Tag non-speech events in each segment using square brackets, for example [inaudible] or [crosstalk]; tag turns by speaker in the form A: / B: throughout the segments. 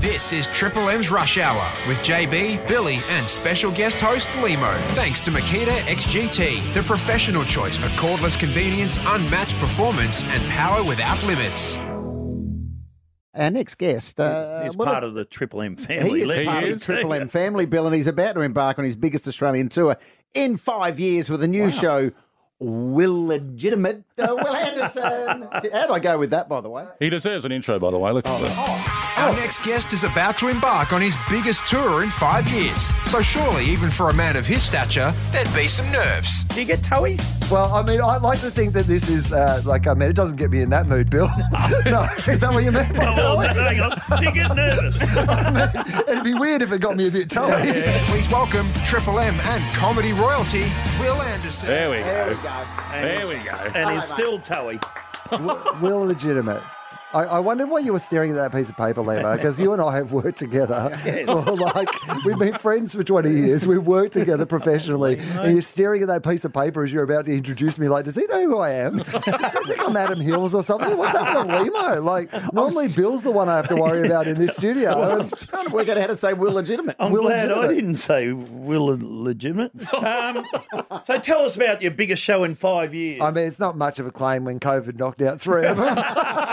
A: This is Triple M's Rush Hour with JB, Billy, and special guest host Limo. Thanks to Makita XGT, the professional choice for cordless convenience, unmatched performance, and power without limits.
B: Our next guest. Uh,
C: He's
B: what a-
C: part of the Triple M
B: He
C: family.
B: is
C: Let
B: a
C: me
B: part of the [laughs]
C: say
B: Triple M
C: that.
B: family, Bill, and he's about to embark on his biggest Australian tour in five years with a new show, Will Legitimate. Uh, Will Anderson. [laughs] How'd I go with that, by the way?
D: He deserves an intro, by the way. Let's
E: Oh.
A: Our next guest is about to embark on his biggest tour in five years, so surely, even for a man of his stature, there'd be some nerves.
C: Do you get Towie?
E: Well, I mean, I like to think that this is uh, like, I mean, it doesn't get me in that mood, Bill. [laughs] no, is that what you meant?
C: Oh, [laughs] well, hang on. Do you get nervous?
E: It'd be weird if it got me a bit tired.
A: Please welcome Triple M and comedy royalty, Will Anderson.
D: There we go.
C: And
D: There
C: he's-
D: we go.
C: And he's still Towie.
E: [laughs] Will legitimate. I, I wondered why you were staring at that piece of paper, Lemo, because you and I have
B: [laughs]
E: worked together for like we've been friends for twenty years. We've worked
B: [laughs]
E: together professionally, and you're staring at that piece of paper as you're about to introduce me. Like, does he know who
B: [laughs]
E: I am? Does he think I'm Adam Hills or something? What's happening to Lemo? Like, normally Bill's the one I have to worry about in this
B: [laughs]
E: studio.
B: I was trying to work out how to say Will Legitimate.
C: I'm
E: Will
C: glad I
E: legitimate.
C: didn't say Will legitimate. Um, so tell us about your biggest show in five years.
E: I mean, it's not much of a claim when COVID knocked out three
B: [laughs]
E: of them.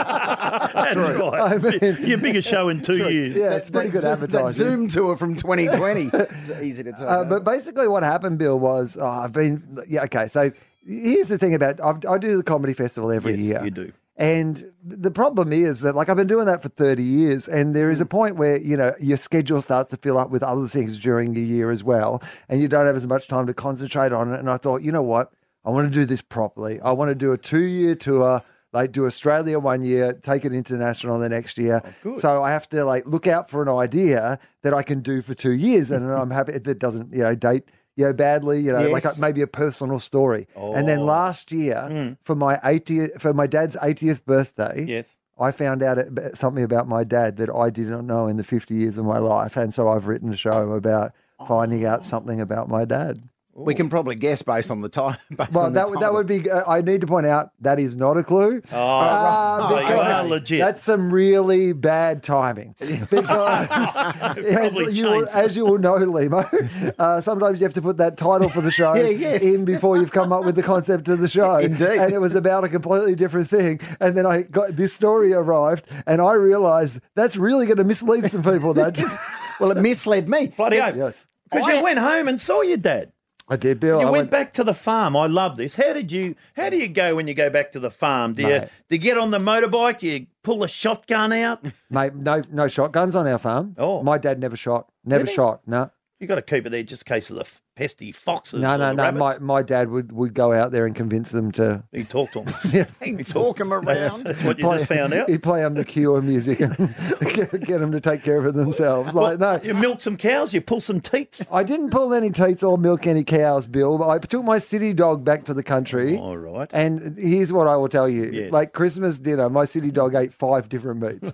C: That's right.
E: I mean-
C: [laughs] your biggest show in two years.
E: Yeah, it's pretty good advertising.
B: That Zoom tour from
E: [laughs]
B: 2020. it's easy to tell.
E: Uh, but basically, what happened, Bill, was oh, I've been yeah okay. So here's the thing about I've, I do the comedy festival every
C: Yes,
E: year.
C: you do.
E: And the problem is that like I've been doing that for 30 years, and there
C: Hmm.
E: is a point where you know your schedule starts to fill up with other things during the year as well, and you don't have as much time to concentrate on it. And I thought, you know what, I want to do this properly. I want to do a two-year tour. Like do Australia one year, take it international the next year.
C: Oh,
E: so I have to like look out for an idea that I can do for two years, and I'm happy that doesn't you know date you know badly you know like
B: Yes.
E: a, maybe a personal story. And then last year for my 80th, for my dad's 80th birthday,
C: Yes.
E: I found out ab- something about my dad that I did not know in the 50 years of my life, and so I've written a show about finding out something about my dad.
B: we can probably guess based on the time. Based
E: Well,
B: on the
E: that would that
B: title.
E: would be. Uh, I need to point out that is not a clue. Oh,
C: right. Oh, you are legit.
E: That's some really bad
C: [laughs]
E: timing. Because as,
C: Probably
E: you will,
C: changed
E: as you will know, Limo, [laughs] uh, sometimes you have to put that title for the
B: [laughs]
E: show
B: Yeah, yes.
E: in before you've come up with the concept of the
B: [laughs]
E: show.
B: Indeed.
E: and it was about a completely different thing. And then I got this story arrived, and I realised that's really going to mislead some people.
C: [laughs]
E: That just
B: Well, it misled me.
C: Bloody oath.
E: yes,
C: Because you went home and saw your dad.
E: I did, Bill.
C: You
E: I
C: went, back to the farm. I love this. How did you? How do you go when you go back to the farm? Do you?
E: Mate.
C: Do you get on the motorbike? You pull a shotgun out?
E: Mate, no, no shotguns on our farm.
C: Oh.
E: my dad never shot, never
C: Really?
E: shot. No,
C: You got to keep it there just in case of the f- pesty foxes.
E: no,
C: or
E: no,
C: the
E: no.
C: rabbits.
E: My, my dad would, would go out there and convince them to
C: He talked to them.
E: [laughs] yeah,
B: Talk him
C: That's,
B: around.
C: that's what you just found
E: [laughs]
C: out.
E: He'd play them the Cure music and [laughs] get, get them to take care of it themselves. Like no,
C: You milk some cows. You pull some teats.
E: I didn't pull any teats or milk any cows, Bill. But I took my city dog back to the country.
C: All right.
E: And here's what I will tell you.
C: Yes.
E: Like Christmas dinner, my city dog ate five different
C: [laughs]
E: meats.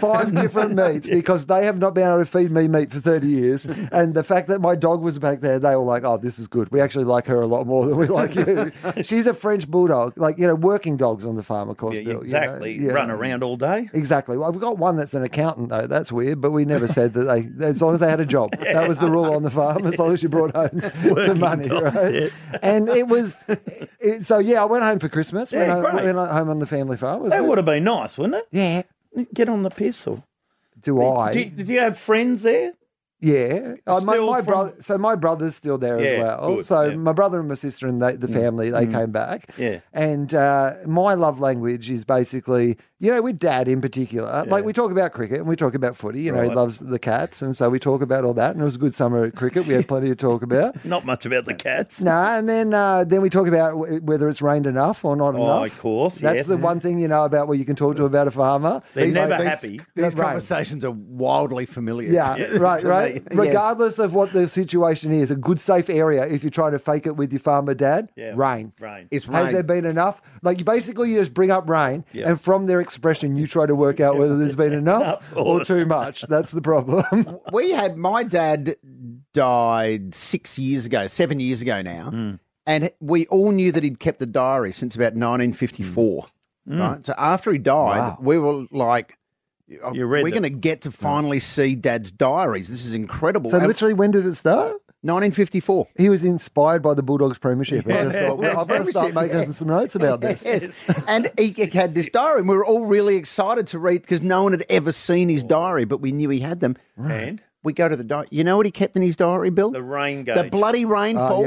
E: five different meats because they have not been able to feed me meat for 30 years. And the fact that my dog was back there, they were like, oh, this is good. We actually like her a lot more than we
C: [laughs]
E: like you. She's a French bulldog. Like, you know, working dogs on the farm, of course,
C: Yeah, you
E: Bill. you know.
C: exactly.
E: Yeah.
C: Run around all day.
E: Exactly. Well, we've got one that's an accountant, though. That's weird, but we never said that they, as long as they had a job.
C: [laughs]
E: That was the rule on the farm, as long as you brought home [laughs] some money.
C: dogs,
E: right?
C: yes.
E: And it was, it, so yeah, I went home for Christmas.
C: Yeah,
E: went, home,
C: great.
E: went home on the family farm. It was
C: That
E: good.
C: would have been nice, wouldn't
E: yeah.
C: it? Get on the piss or.
E: Do I?
C: Do, do you have friends there?
E: yeah. Uh, my
C: Still
E: my
C: from-
E: brother, so my brother's still there
C: Yeah,
E: as well.
C: good,
E: so
C: yeah. Mm.
E: my brother and my sister and they, the family, they came back.
C: Yeah.
E: And uh, my love language is basically, you know, with dad in particular, like we talk about cricket and we talk about footy, you know, he
C: Right.
E: loves the cats. And so we talk about all that. And it was a good summer at cricket. We had plenty to
C: [laughs]
E: talk about.
C: Not much about the cats.
E: No, and then uh, then we talk about w- whether it's rained enough or not
C: Oh,
E: enough.
C: of course,
E: That's
C: yes.
E: the one thing you know about what you can talk to about a farmer.
C: They're
E: He's
C: never
E: like,
C: happy.
B: These
E: Right.
B: conversations are wildly familiar.
E: Yeah,
B: to-
E: right,
B: to
E: right.
B: me. [laughs] Yes.
E: Regardless of what the situation is, a good safe area if you're trying to fake it with your farmer dad,
C: Yeah.
E: rain.
C: Rain.
B: It's
E: Has there
B: rain.
E: been enough? Like you basically you just bring up rain and from their expression you try to work out whether
B: [laughs]
E: there's been enough or too much. That's the problem.
B: we had my dad died six years ago, seven years ago now,
C: Hmm.
B: and we all knew that he'd kept a
C: Hmm.
B: diary since about 1954. Right, so after he died, we were like,
C: You read Hmm.
B: We're
C: it.
B: going to get to finally see Dad's diaries. This is incredible.
E: So
B: And-
E: literally, when did it start?
B: 1954.
E: He was inspired by the Bulldogs premiership. I just thought, well, I've got to
B: Premiership,
E: start making
B: yeah.
E: some notes
B: [laughs]
E: about [laughs] this.
B: Yes, and he he had this diary, and we were all really excited to read because no one had ever seen his diary, but we knew he had them.
C: And
B: We go to the diary. You know what he kept in his diary, Bill?
C: the rain gauge.
B: The bloody rainfall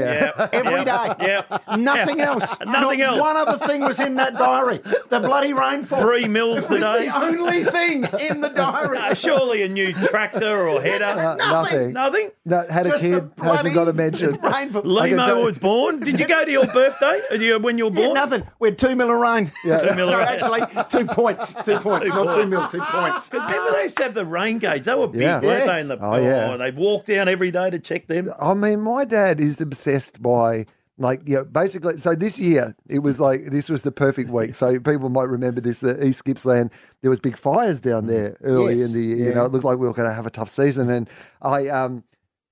B: [laughs]
C: Yep,
B: every day.
C: yep, yep.
B: Nothing else.
C: Nothing
B: Not
C: else.
B: One other thing was in that diary. The bloody rainfall.
C: Three
E: [laughs]
C: mils
B: It was
C: today.
B: the only thing in the diary.
C: Uh, surely a new tractor or
E: Uh,
C: header.
E: nothing.
C: Nothing.
E: No, had a
B: Just the
E: kid, hasn't got
B: bloody
E: a mention.
B: [laughs] Rainfall.
C: Limo was born. Did you go to your birthday? Did you- When you were
B: Yeah,
C: born?
B: nothing. We had two mil of rain.
C: Two mil
B: [laughs]
C: of
B: No,
C: rain.
B: actually, two points. Two points. not two
C: points.
B: mil. Two points.
C: Because remember they used to have the rain gauge. They were big,
E: Yeah.
C: weren't
B: Yes.
C: they? In the,
E: Oh, yeah.
C: they'd walk down every day to
B: [laughs]
C: check them.
E: I mean, my dad is obsessed by like yeah, basically. So this year it was like this was the perfect week. So people might remember this. That East Gippsland there was big fires down there early
B: Yes,
E: in the year. You know, it looked like we were going to have a tough season, and I um.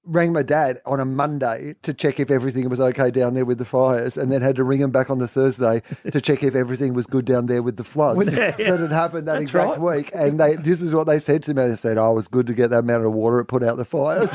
E: Rang my dad on a Monday to check if everything was okay down there with the fires, and then had to ring him back on the Thursday to check if everything was good down there with the floods. So it had happened that exact week, and they this is what they said to me. They said, "Oh, it was good to get that amount of water; it put out the fires."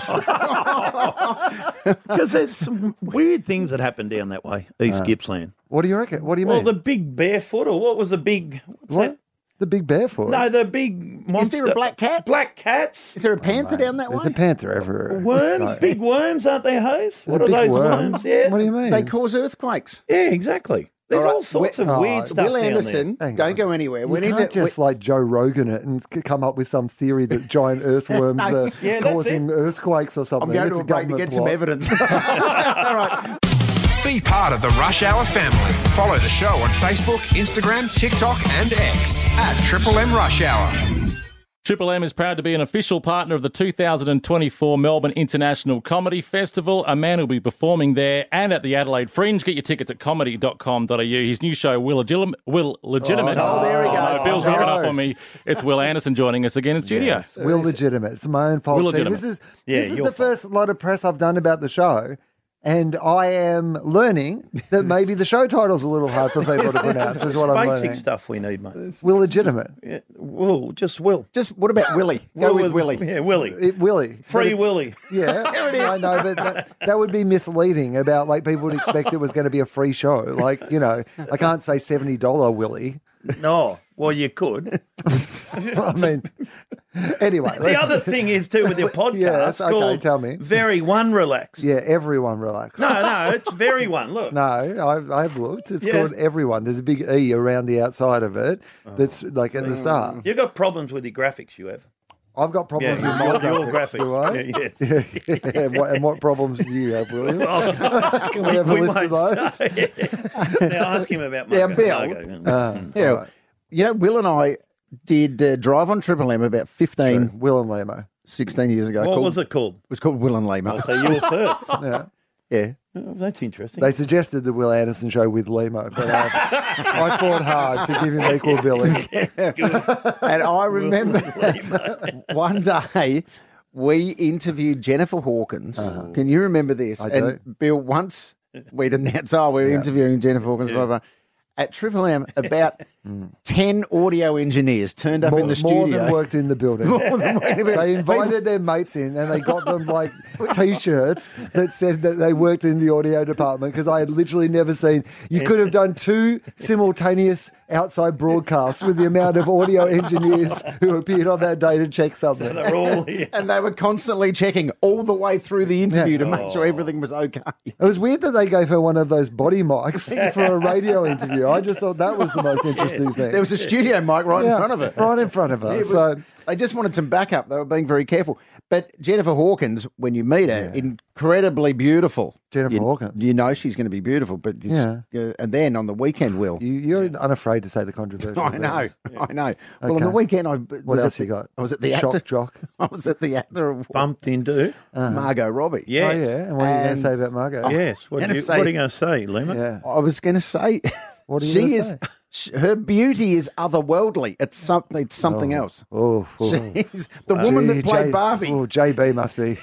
C: Because there's some weird things that happen down that way, East Gippsland.
E: Uh, what do you reckon? What do you
C: Well,
E: mean?
C: the big barefoot, or what was the big? What's
E: What? The big barefoot.
C: that? No, the big
B: Is
C: monster.
B: there a black cat?
C: Black cats.
B: Is there a panther down that
E: There's
B: way?
E: a panther everywhere.
C: Worms,
E: No.
C: big worms, aren't they, Hayes?
E: There's
C: What
E: a
C: are
E: big
C: those
E: worm.
C: worms? Yeah.
E: What do you mean?
B: they cause earthquakes.
C: Yeah, exactly. There's
B: All right,
C: all sorts
B: Will-
C: of weird
E: oh,
C: stuff.
B: Will
C: down there.
B: Anderson,
E: Hang
B: don't
E: on.
B: go anywhere.
E: you
B: We need
E: can't
B: to. we-
E: just like Joe Rogan it and c- come up with some theory
C: [laughs]
E: that giant earthworms are
C: Yeah, that's
E: causing earthquakes or something.
B: I'm going
E: It's
B: to a break to
E: government
B: get some
E: plot. [laughs]
B: evidence. All right.
A: Be part of the Rush Hour family. Follow the show on Facebook, Instagram, TikTok, and X at Triple M Rush Hour.
D: Triple M is proud to be an official partner of the 2024 Melbourne International Comedy Festival. A man will be performing there and at the Adelaide Fringe. Get your tickets at comedy.com.au. His new show, Will, Legil- Will Legitimate.
B: Oh, there he
D: no,
B: goes.
D: Bill's rubbing
E: No.
D: off on me. It's Will Anderson joining us again in studio.
E: Will legitimate. It's my own fault.
D: Will
E: See,
D: legitimate.
E: this is
C: Yeah,
E: this is the
C: your fault.
E: first lot of press I've done about the show, and I am learning that maybe the show title's a little hard
C: [laughs]
E: for people to pronounce. is what I'm
C: Basic
E: learning.
C: stuff we need, mate.
E: Will legitimate.
C: Yeah, Will, just Will.
B: Just what about
E: [laughs]
B: Willie? Go with Willie.
C: Yeah, Willie.
E: It, Willie.
C: Free Willie. [laughs]
E: Yeah, I know, but that, that would be misleading. About like people would expect it was going to be a free show. Like you know, I can't say seventy dollar Willie. [laughs]
C: No, well, you could.
E: I mean, anyway,
C: The
E: let's-
C: other thing is too
E: [laughs]
C: with your podcast.
E: Yes, okay,
C: called
E: tell me.
C: Very one relax.
E: yeah, everyone relax.
C: No, no, it's very one. Look,
E: No, I've, I've looked. It's
C: Yeah.
E: called everyone. There's a big E around the outside of it.
C: Oh,
E: That's like at the start.
C: you've got problems with your graphics. You have.
E: I've got problems
C: Yeah, your,
E: with my
C: your
E: graphics. Do I?
C: graphics. Yeah, [laughs] yes.
E: [laughs] Yeah, and, what, and what problems do you have,
C: [laughs]
E: William? [laughs] Can we, have a
C: Oh, We
E: list of
C: won't
E: those?
C: start. [laughs] now ask him about
B: Yeah,
C: Marco.
B: Bill.
C: Marco.
E: Uh,
B: Yeah. You know, Will and I did uh, drive on Triple M about 15,
E: Will and Lamo.
B: 16 years ago.
C: What
B: called-
C: was it called?
B: It was called Will and Lima.
C: So you were [laughs] first.
E: Yeah.
B: [laughs] Yeah.
C: Oh, that's interesting.
E: They suggested the Will Anderson show with Limo, but I, I fought hard to give him
B: [laughs]
E: equal billing.
B: And
E: [laughs]
B: I remember [laughs] one day we interviewed Jennifer Hawkins. Can you remember this?
E: Uh-huh. I
B: and Bill, once we'd announced, oh, we're interviewing Jennifer Hawkins, blah, blah. At Triple
E: [laughs]
B: M, about 10 audio engineers turned up
E: Hmm. More,
B: in the
E: more
B: studio.
E: than worked in
B: [laughs]
E: the building. they invited their mates in and they got them like t-shirts that said that they worked in the audio department because I had literally never seen you could have done two simultaneous outside broadcasts with the amount of audio engineers who appeared on that day to check something.
C: They're
E: [laughs]
C: all here.
B: and they were constantly checking all the way through the interview to make
E: Oh.
B: sure everything was okay.
E: It was weird that they gave her one of those body mics for a radio interview. I just thought that was the most interesting thing.
B: There was a studio mic right
E: Yeah,
B: in front of it.
E: Right in
C: [laughs]
E: front of her.
B: It was-
E: so
B: they uh, just wanted some backup. They were being very careful. But Jennifer Hawkins, when you meet her, incredibly beautiful.
E: Jennifer
B: you,
E: Hawkins.
B: You know she's going to be beautiful. But it's, uh, and then on the weekend, Will.
E: you, you're unafraid to say the
C: [laughs]
B: [laughs]
E: controversial
B: I know,
E: things.
B: [laughs] I know. Well, on the
E: Okay.
B: weekend, I
E: What
B: was at
E: else
B: the,
E: you got?
B: I was at the
E: Shock
B: actor.
E: Jock.
B: [laughs] I was at the actor of
C: Bumped into.
E: Uh,
B: Margot Robbie.
E: Oh,
C: Yes.
E: yeah. And what are you going
B: And-
E: to say about Margot?
C: Yes. What are,
B: Gonna
C: you,
B: say-
C: what are you going to say, Lima?
E: Yeah.
B: I was going to say,
E: What are you
B: she
E: gonna
B: is
E: say?
B: Sh- Her beauty is otherworldly. It's something. It's something else.
E: Oh, oh.
B: She's the woman that
E: Gee,
B: played
E: J-
B: Barbie.
E: Oh, JB
C: [laughs]
E: must be,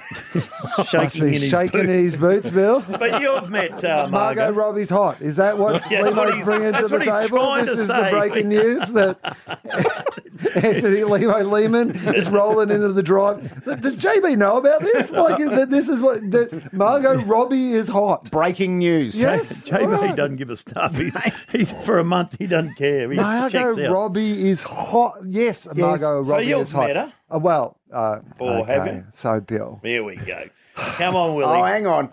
E: must
C: shaking
E: be
C: in his
E: shaking
C: boot.
E: in his boots, Bill.
C: [laughs] But you've met uh,
E: Margot
C: Margot.
E: Robbie's hot. Is that
C: [laughs]
E: what
C: Yeah, that's what
E: Limo's
C: he's-
E: bringing to
C: that's
E: the
C: what he's
E: table?
C: trying
E: This
C: to
E: is the
C: say.
E: breaking news
C: [laughs]
E: that Anthony Limo Lehman is rolling into the drive. Th- Does JB know about this? Like, is that this is what that Margot Robbie is hot.
B: Breaking news.
E: Yes,
C: JB
E: all right.
C: doesn't give a stuff. He's, he's for a month. He doesn't care. He just checks
E: Margot
C: out.
E: Robbie is hot. Yes, Margot
C: So
E: Robbie
C: you've
E: is hot.
C: met her?
E: Uh, well, uh,
C: Or have
E: okay.
C: you?
E: So, Bill.
C: There we go. Come on, Willie.
B: Oh, hang on.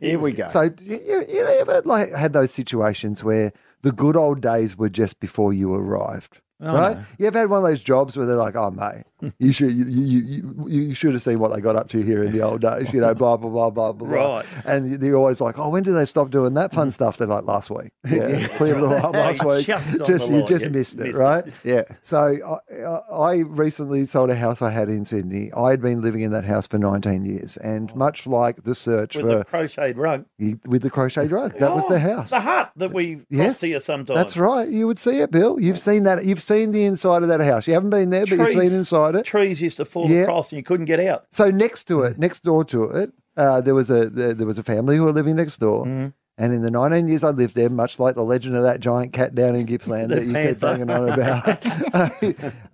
B: Here we go.
E: So you, you, you ever like had those situations where the good old days were just before you arrived,
C: Oh,
E: right? You ever had one of those jobs where they're like, "Oh, mate, you should you, you, you, you you should have seen what they got up to here in the old
C: [laughs]
E: days," you know, blah blah blah blah blah. blah.
C: Right.
E: And they're always like, "Oh, when do they stop doing that fun stuff?" They're like,
C: [laughs]
E: "Last week, yeah, [laughs] cleared it all up last
C: Right.
E: week.
C: Just on the
E: Just you
C: line,
E: just
C: yeah,
E: missed it,
C: missed it.
E: right?
B: Yeah.
E: So I, I recently sold a house I had in Sydney. I had been living in that house for 19 years, and much like the search
C: Oh. With
E: for
C: the crocheted rug. Oh,
E: you- with the crochet rug. That
C: [gasps]
E: was the house.
C: The hut that we lost to you sometimes.
E: That's right. You would see it, Bill. You've seen that. You've seen the inside of that house. You haven't been there, but you've
C: Trees.
E: seen inside it.
C: Trees used to fall
E: Yeah.
C: across and you couldn't get out.
E: So next to
B: Mm-hmm.
E: it, next door to it, uh, there was a there, there was a family who were living next door.
B: Mm-hmm.
E: And in the 19 years I lived there, much like the legend of that giant cat down
B: [laughs]
E: in Gippsland that you keep
C: panther.
E: banging on about,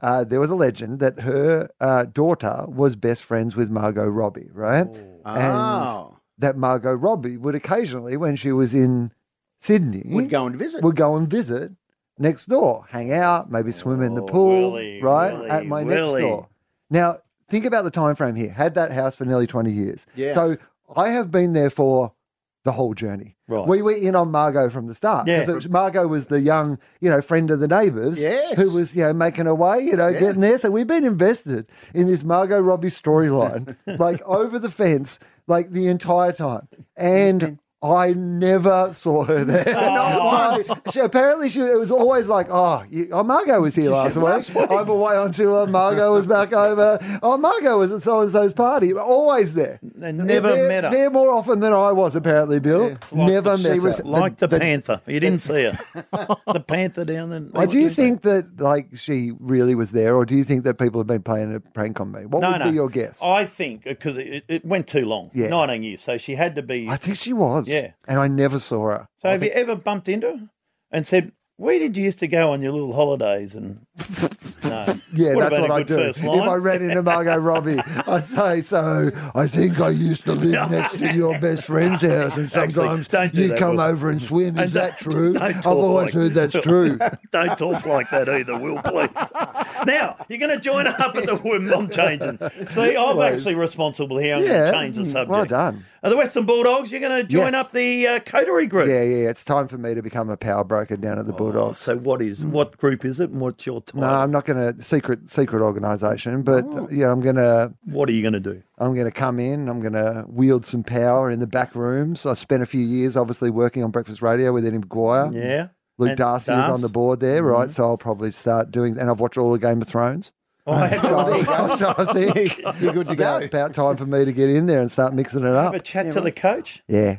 E: uh, there was a legend that her uh, daughter was best friends with Margot Robbie, right? And
B: oh,
E: that Margot Robbie would occasionally, when she was in Sydney,
B: would go and visit.
E: would go and visit next door, hang out, maybe swim in the
C: Oh,
E: pool,
C: Willy,
E: right?
C: Willy,
E: at my
C: Willy.
E: next door. Now, think about the time frame here. Had that house for nearly 20 years.
B: Yeah.
E: So I have been there for the whole journey.
C: Right.
E: We were in on Margot from the start.
C: Yeah.
E: 'cause it was- Margot was the young, you know, friend of the neighbours
B: Yes.
E: who was, you know, making her way, you know,
B: Yeah.
E: getting there. So we've been invested in this Margot Robbie storyline, like over the fence, like the entire time. And I never saw her there. Not once. [laughs] She, apparently, she it was always like, oh, you, oh Margot was here last week. I'm away on tour. Margot was back over. Oh, Margot was at so and so's party. Always there.
C: They never
E: They're-
C: met her.
E: They're more often than I was, apparently, Bill.
C: Like
E: never
C: the-
E: met
C: she
E: her.
C: was like the, panther. You didn't see
E: [laughs]
C: her. the panther down there.
E: Well, do you think that like she really was there, or do you think that people have been playing a prank on me? What
C: No,
E: would
C: no. Oh,
E: be your guess? I,
C: I think because it, it went too long.
E: Yeah.
C: 19 years. So she had to be.
E: think she was.
C: Yeah.
E: and I never saw her.
C: so have you ever bumped into her and said, where did you used to go on your little holidays? And no.
E: Yeah,
C: Would have
E: that's
C: been
E: what
C: a
E: I
C: good
E: do.
C: first
E: If
C: line.
E: I ran into Margot
C: [laughs]
E: Robbie, I'd say, "So I think I used to live next to your
C: [laughs]
E: best friend's house, and
C: Actually,
E: sometimes
C: don't do
E: you
C: that,
E: come
C: Will.
E: over and swim. Is
C: And don't-
E: that true?
C: don't
E: I've
C: talk
E: always
C: like-
E: heard that's
C: [laughs]
E: true."
C: [laughs] Don't talk like that either, Will, [laughs] please. Now, you're going to join up [laughs] at the whim. I'm changing. See, I'm actually responsible here. I'm going
E: Yeah,
C: to change the
E: mm,
C: subject.
E: well done.
C: Are the Western Bulldogs, you're going to join
E: Yes.
C: up the uh, Coterie group.
E: Yeah, yeah. It's time for me to become a power broker down at the Bulldogs.
C: Oh, So what is what group is it and what's your time?
E: no, I'm not going to secret secret organisation, but
C: Oh.
E: yeah, I'm going to
C: What are you going to do?
E: I'm going to come in. I'm going to wield some power in the back rooms. I spent a few years, obviously, working on breakfast radio with Eddie McGuire.
C: Yeah.
E: Luke
C: And Mm-hmm.
E: Darcy was on the board there, right? So I'll probably start doing. And I've watched all the Game of Thrones.
C: [laughs] Oh, I
E: [laughs] So,
C: have
E: so I think
C: [laughs]
B: You're good to
E: about,
B: go.
E: about time for me to get in there and start mixing it up.
C: a chat to the coach.
E: Yeah,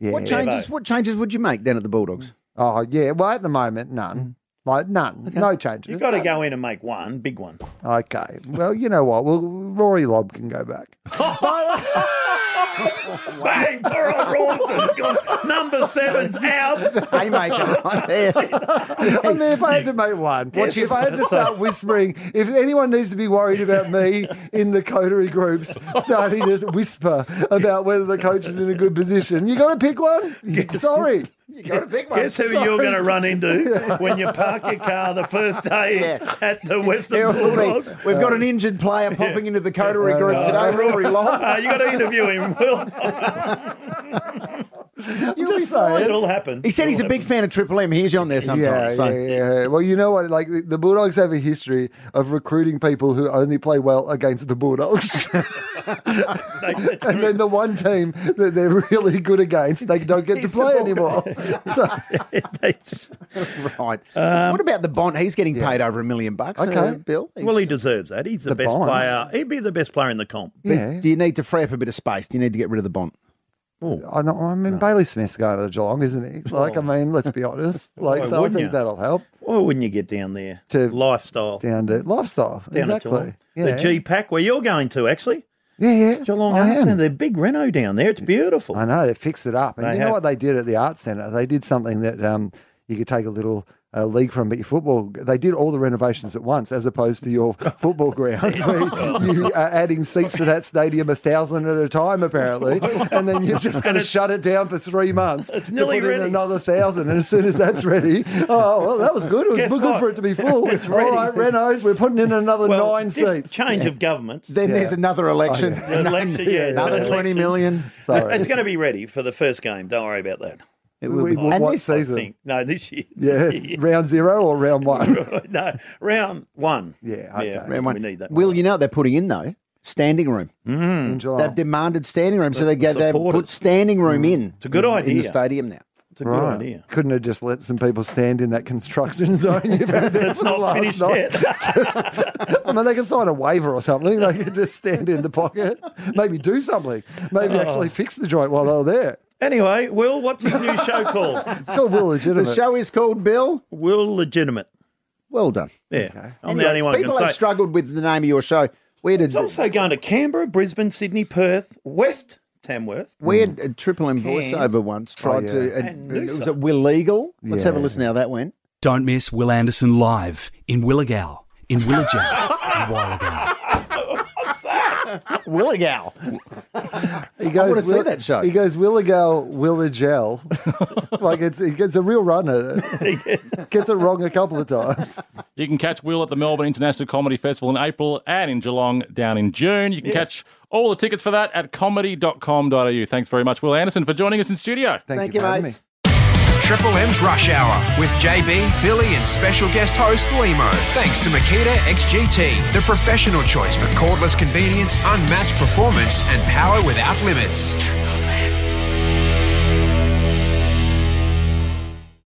E: yeah.
B: What changes? What changes would you make then at the Bulldogs?
E: Oh, yeah. Well, at the moment,
C: Mm.
E: none. Like none, no changes.
C: You've got to go in and make one big one.
E: Okay. Well, you know what? Well, Rory Lobb can go back.
C: Bang! Toro Rawson's gone. Number
E: [laughs]
C: seven's out.
B: Haymaker right [laughs] there.
E: I mean, if I had to make one, if I had to start whispering, if anyone needs to be worried about me in the coterie groups starting to whisper about whether the coach is in a good position, you got to pick one. Sorry.
C: Guess who you're going to run into
E: [laughs]
C: when you park your car the first day
B: Yeah.
C: at the
B: It
C: Western
B: will be.
C: Bulldogs?
B: We've got an injured player popping into the coterie
E: Oh,
B: group today, Rory Long.
E: [laughs]
C: Uh, you got to interview him. Will
B: You'll be
E: Just saying.
B: fine.
C: it'll happen?
B: He said he's a big fan of Triple M. He's on there
E: Yeah,
B: sometimes. so.
E: yeah, yeah. Well, you know what? Like the- the Bulldogs have a history of recruiting people who only play well against the Bulldogs, [laughs]
C: It'll
E: and then the one team that they're really good against, they don't get to
C: He's the
E: play anymore.
C: [laughs]
E: So,
C: happen.
B: Right. what about the Bond? He's getting paid over a million bucks.
E: Okay.
B: uh, Bill. He's-
C: well, he deserves that. He's the,
E: The
C: best
E: Bond.
C: player. He'd be the best player in the comp.
E: yeah.
B: Do you need to free up a bit of space? Do you need to get rid of the Bond?
E: I, know, I mean, Bailey Smith's going to Geelong, isn't he? Like, I mean, let's be honest. Like, so I
C: Oh. wouldn't
E: think
C: you?
E: that'll help
C: Why wouldn't you get down there?
E: To-
C: lifestyle.
E: down to lifestyle.
C: down at
E: exactly.
C: Geelong.
E: Yeah.
C: The G Pack, where you're going to, actually.
E: yeah, yeah.
C: Geelong
E: I
C: Arts
E: am.
C: Centre. They're big reno down there. It's beautiful.
E: I know they fixed it up, and
C: They
E: you know
C: have.
E: what they did at the art centre? They did something that um, you could take a little uh, league from, but your football. They did all the renovations at once, as opposed
C: [laughs]
E: to your football ground. [laughs] where you are adding seats to that stadium a thousand at a time, apparently, and then
C: [laughs]
E: you're just going to
C: it's-
E: shut it down for three months. It's
C: nearly
E: to put in
C: ready.
E: another thousand, and as soon as that's ready, oh well, that was good. It was
C: Guess
E: good
C: what?
E: for it to be full.
C: [laughs] It's
E: All
C: ready.
E: right, Renos, we're putting in another
C: Well,
E: nine
C: diff-
E: seats.
C: Change of government.
B: Then there's another election.
C: The election, yeah,
B: [laughs] Another
C: the
B: twenty
C: election.
B: million.
C: [laughs]
E: Sorry,
C: It's going to be ready for the first game. Don't worry about that.
B: It
E: We- we-
B: and
E: what
B: this,
C: I
E: season?
C: think. No, this year.
E: [laughs]
C: [laughs]
E: yeah, round zero or round one.
C: no, round one.
E: Yeah, okay.
B: round one-
C: We need that.
B: Will
C: one.
B: you know what they're putting in though? Standing room.
E: in July.
B: They've demanded standing room, so they get they put
C: supporters. Mm.
B: standing room in. It's
C: a good
B: in the
C: idea.
B: stadium now.
C: It's a good
E: [laughs]
C: idea.
E: Couldn't have just let some people stand in that construction [laughs] zone you've had there
C: It's
E: for the
C: not
E: last
C: finished
E: night.
C: yet. [laughs]
E: I mean, they can sign a waiver or something. They can just stand in the pocket, maybe do something, maybe actually fix the joint while they're there.
C: anyway, Will, what's his new show called?
E: [laughs] It's called Will
B: The
E: Legitimate.
B: show is called Bill.
C: Will Legitimate.
B: Well done.
C: Yeah, I'm
B: Anyway,
C: the only one who
B: people
C: can say.
B: have struggled with the name of your show. Where did
C: it's also going to Canberra, Brisbane, Sydney, Perth, West Tamworth.
B: where did Triple M voiceover once tried
E: Oh, yeah.
B: to?
C: And
B: And,
C: Noosa.
B: was it Will Legal? Let's have a listen how that went.
F: Don't miss Will Anderson live in Willowgal, in Willowgal, and Willowgal.
B: Willigal.
E: He goes,
B: wanna see that show."
E: He goes, Willigal, Willigel. [laughs] like it's it gets a real run at it. Gets it wrong a couple of times.
D: You can catch Will at the Melbourne International Comedy Festival in April and in Geelong down in June. You can catch all the tickets for that at comedy.com.au. Thanks very much, Will Anderson, for joining us in studio.
E: Thank,
B: Thank
E: you,
B: you,
E: for having
B: mate.
E: me.
A: Triple M's Rush Hour with JB, Billy, and special guest host Limo. Thanks to Makita XGT, the professional choice for cordless convenience, unmatched performance, and power without limits.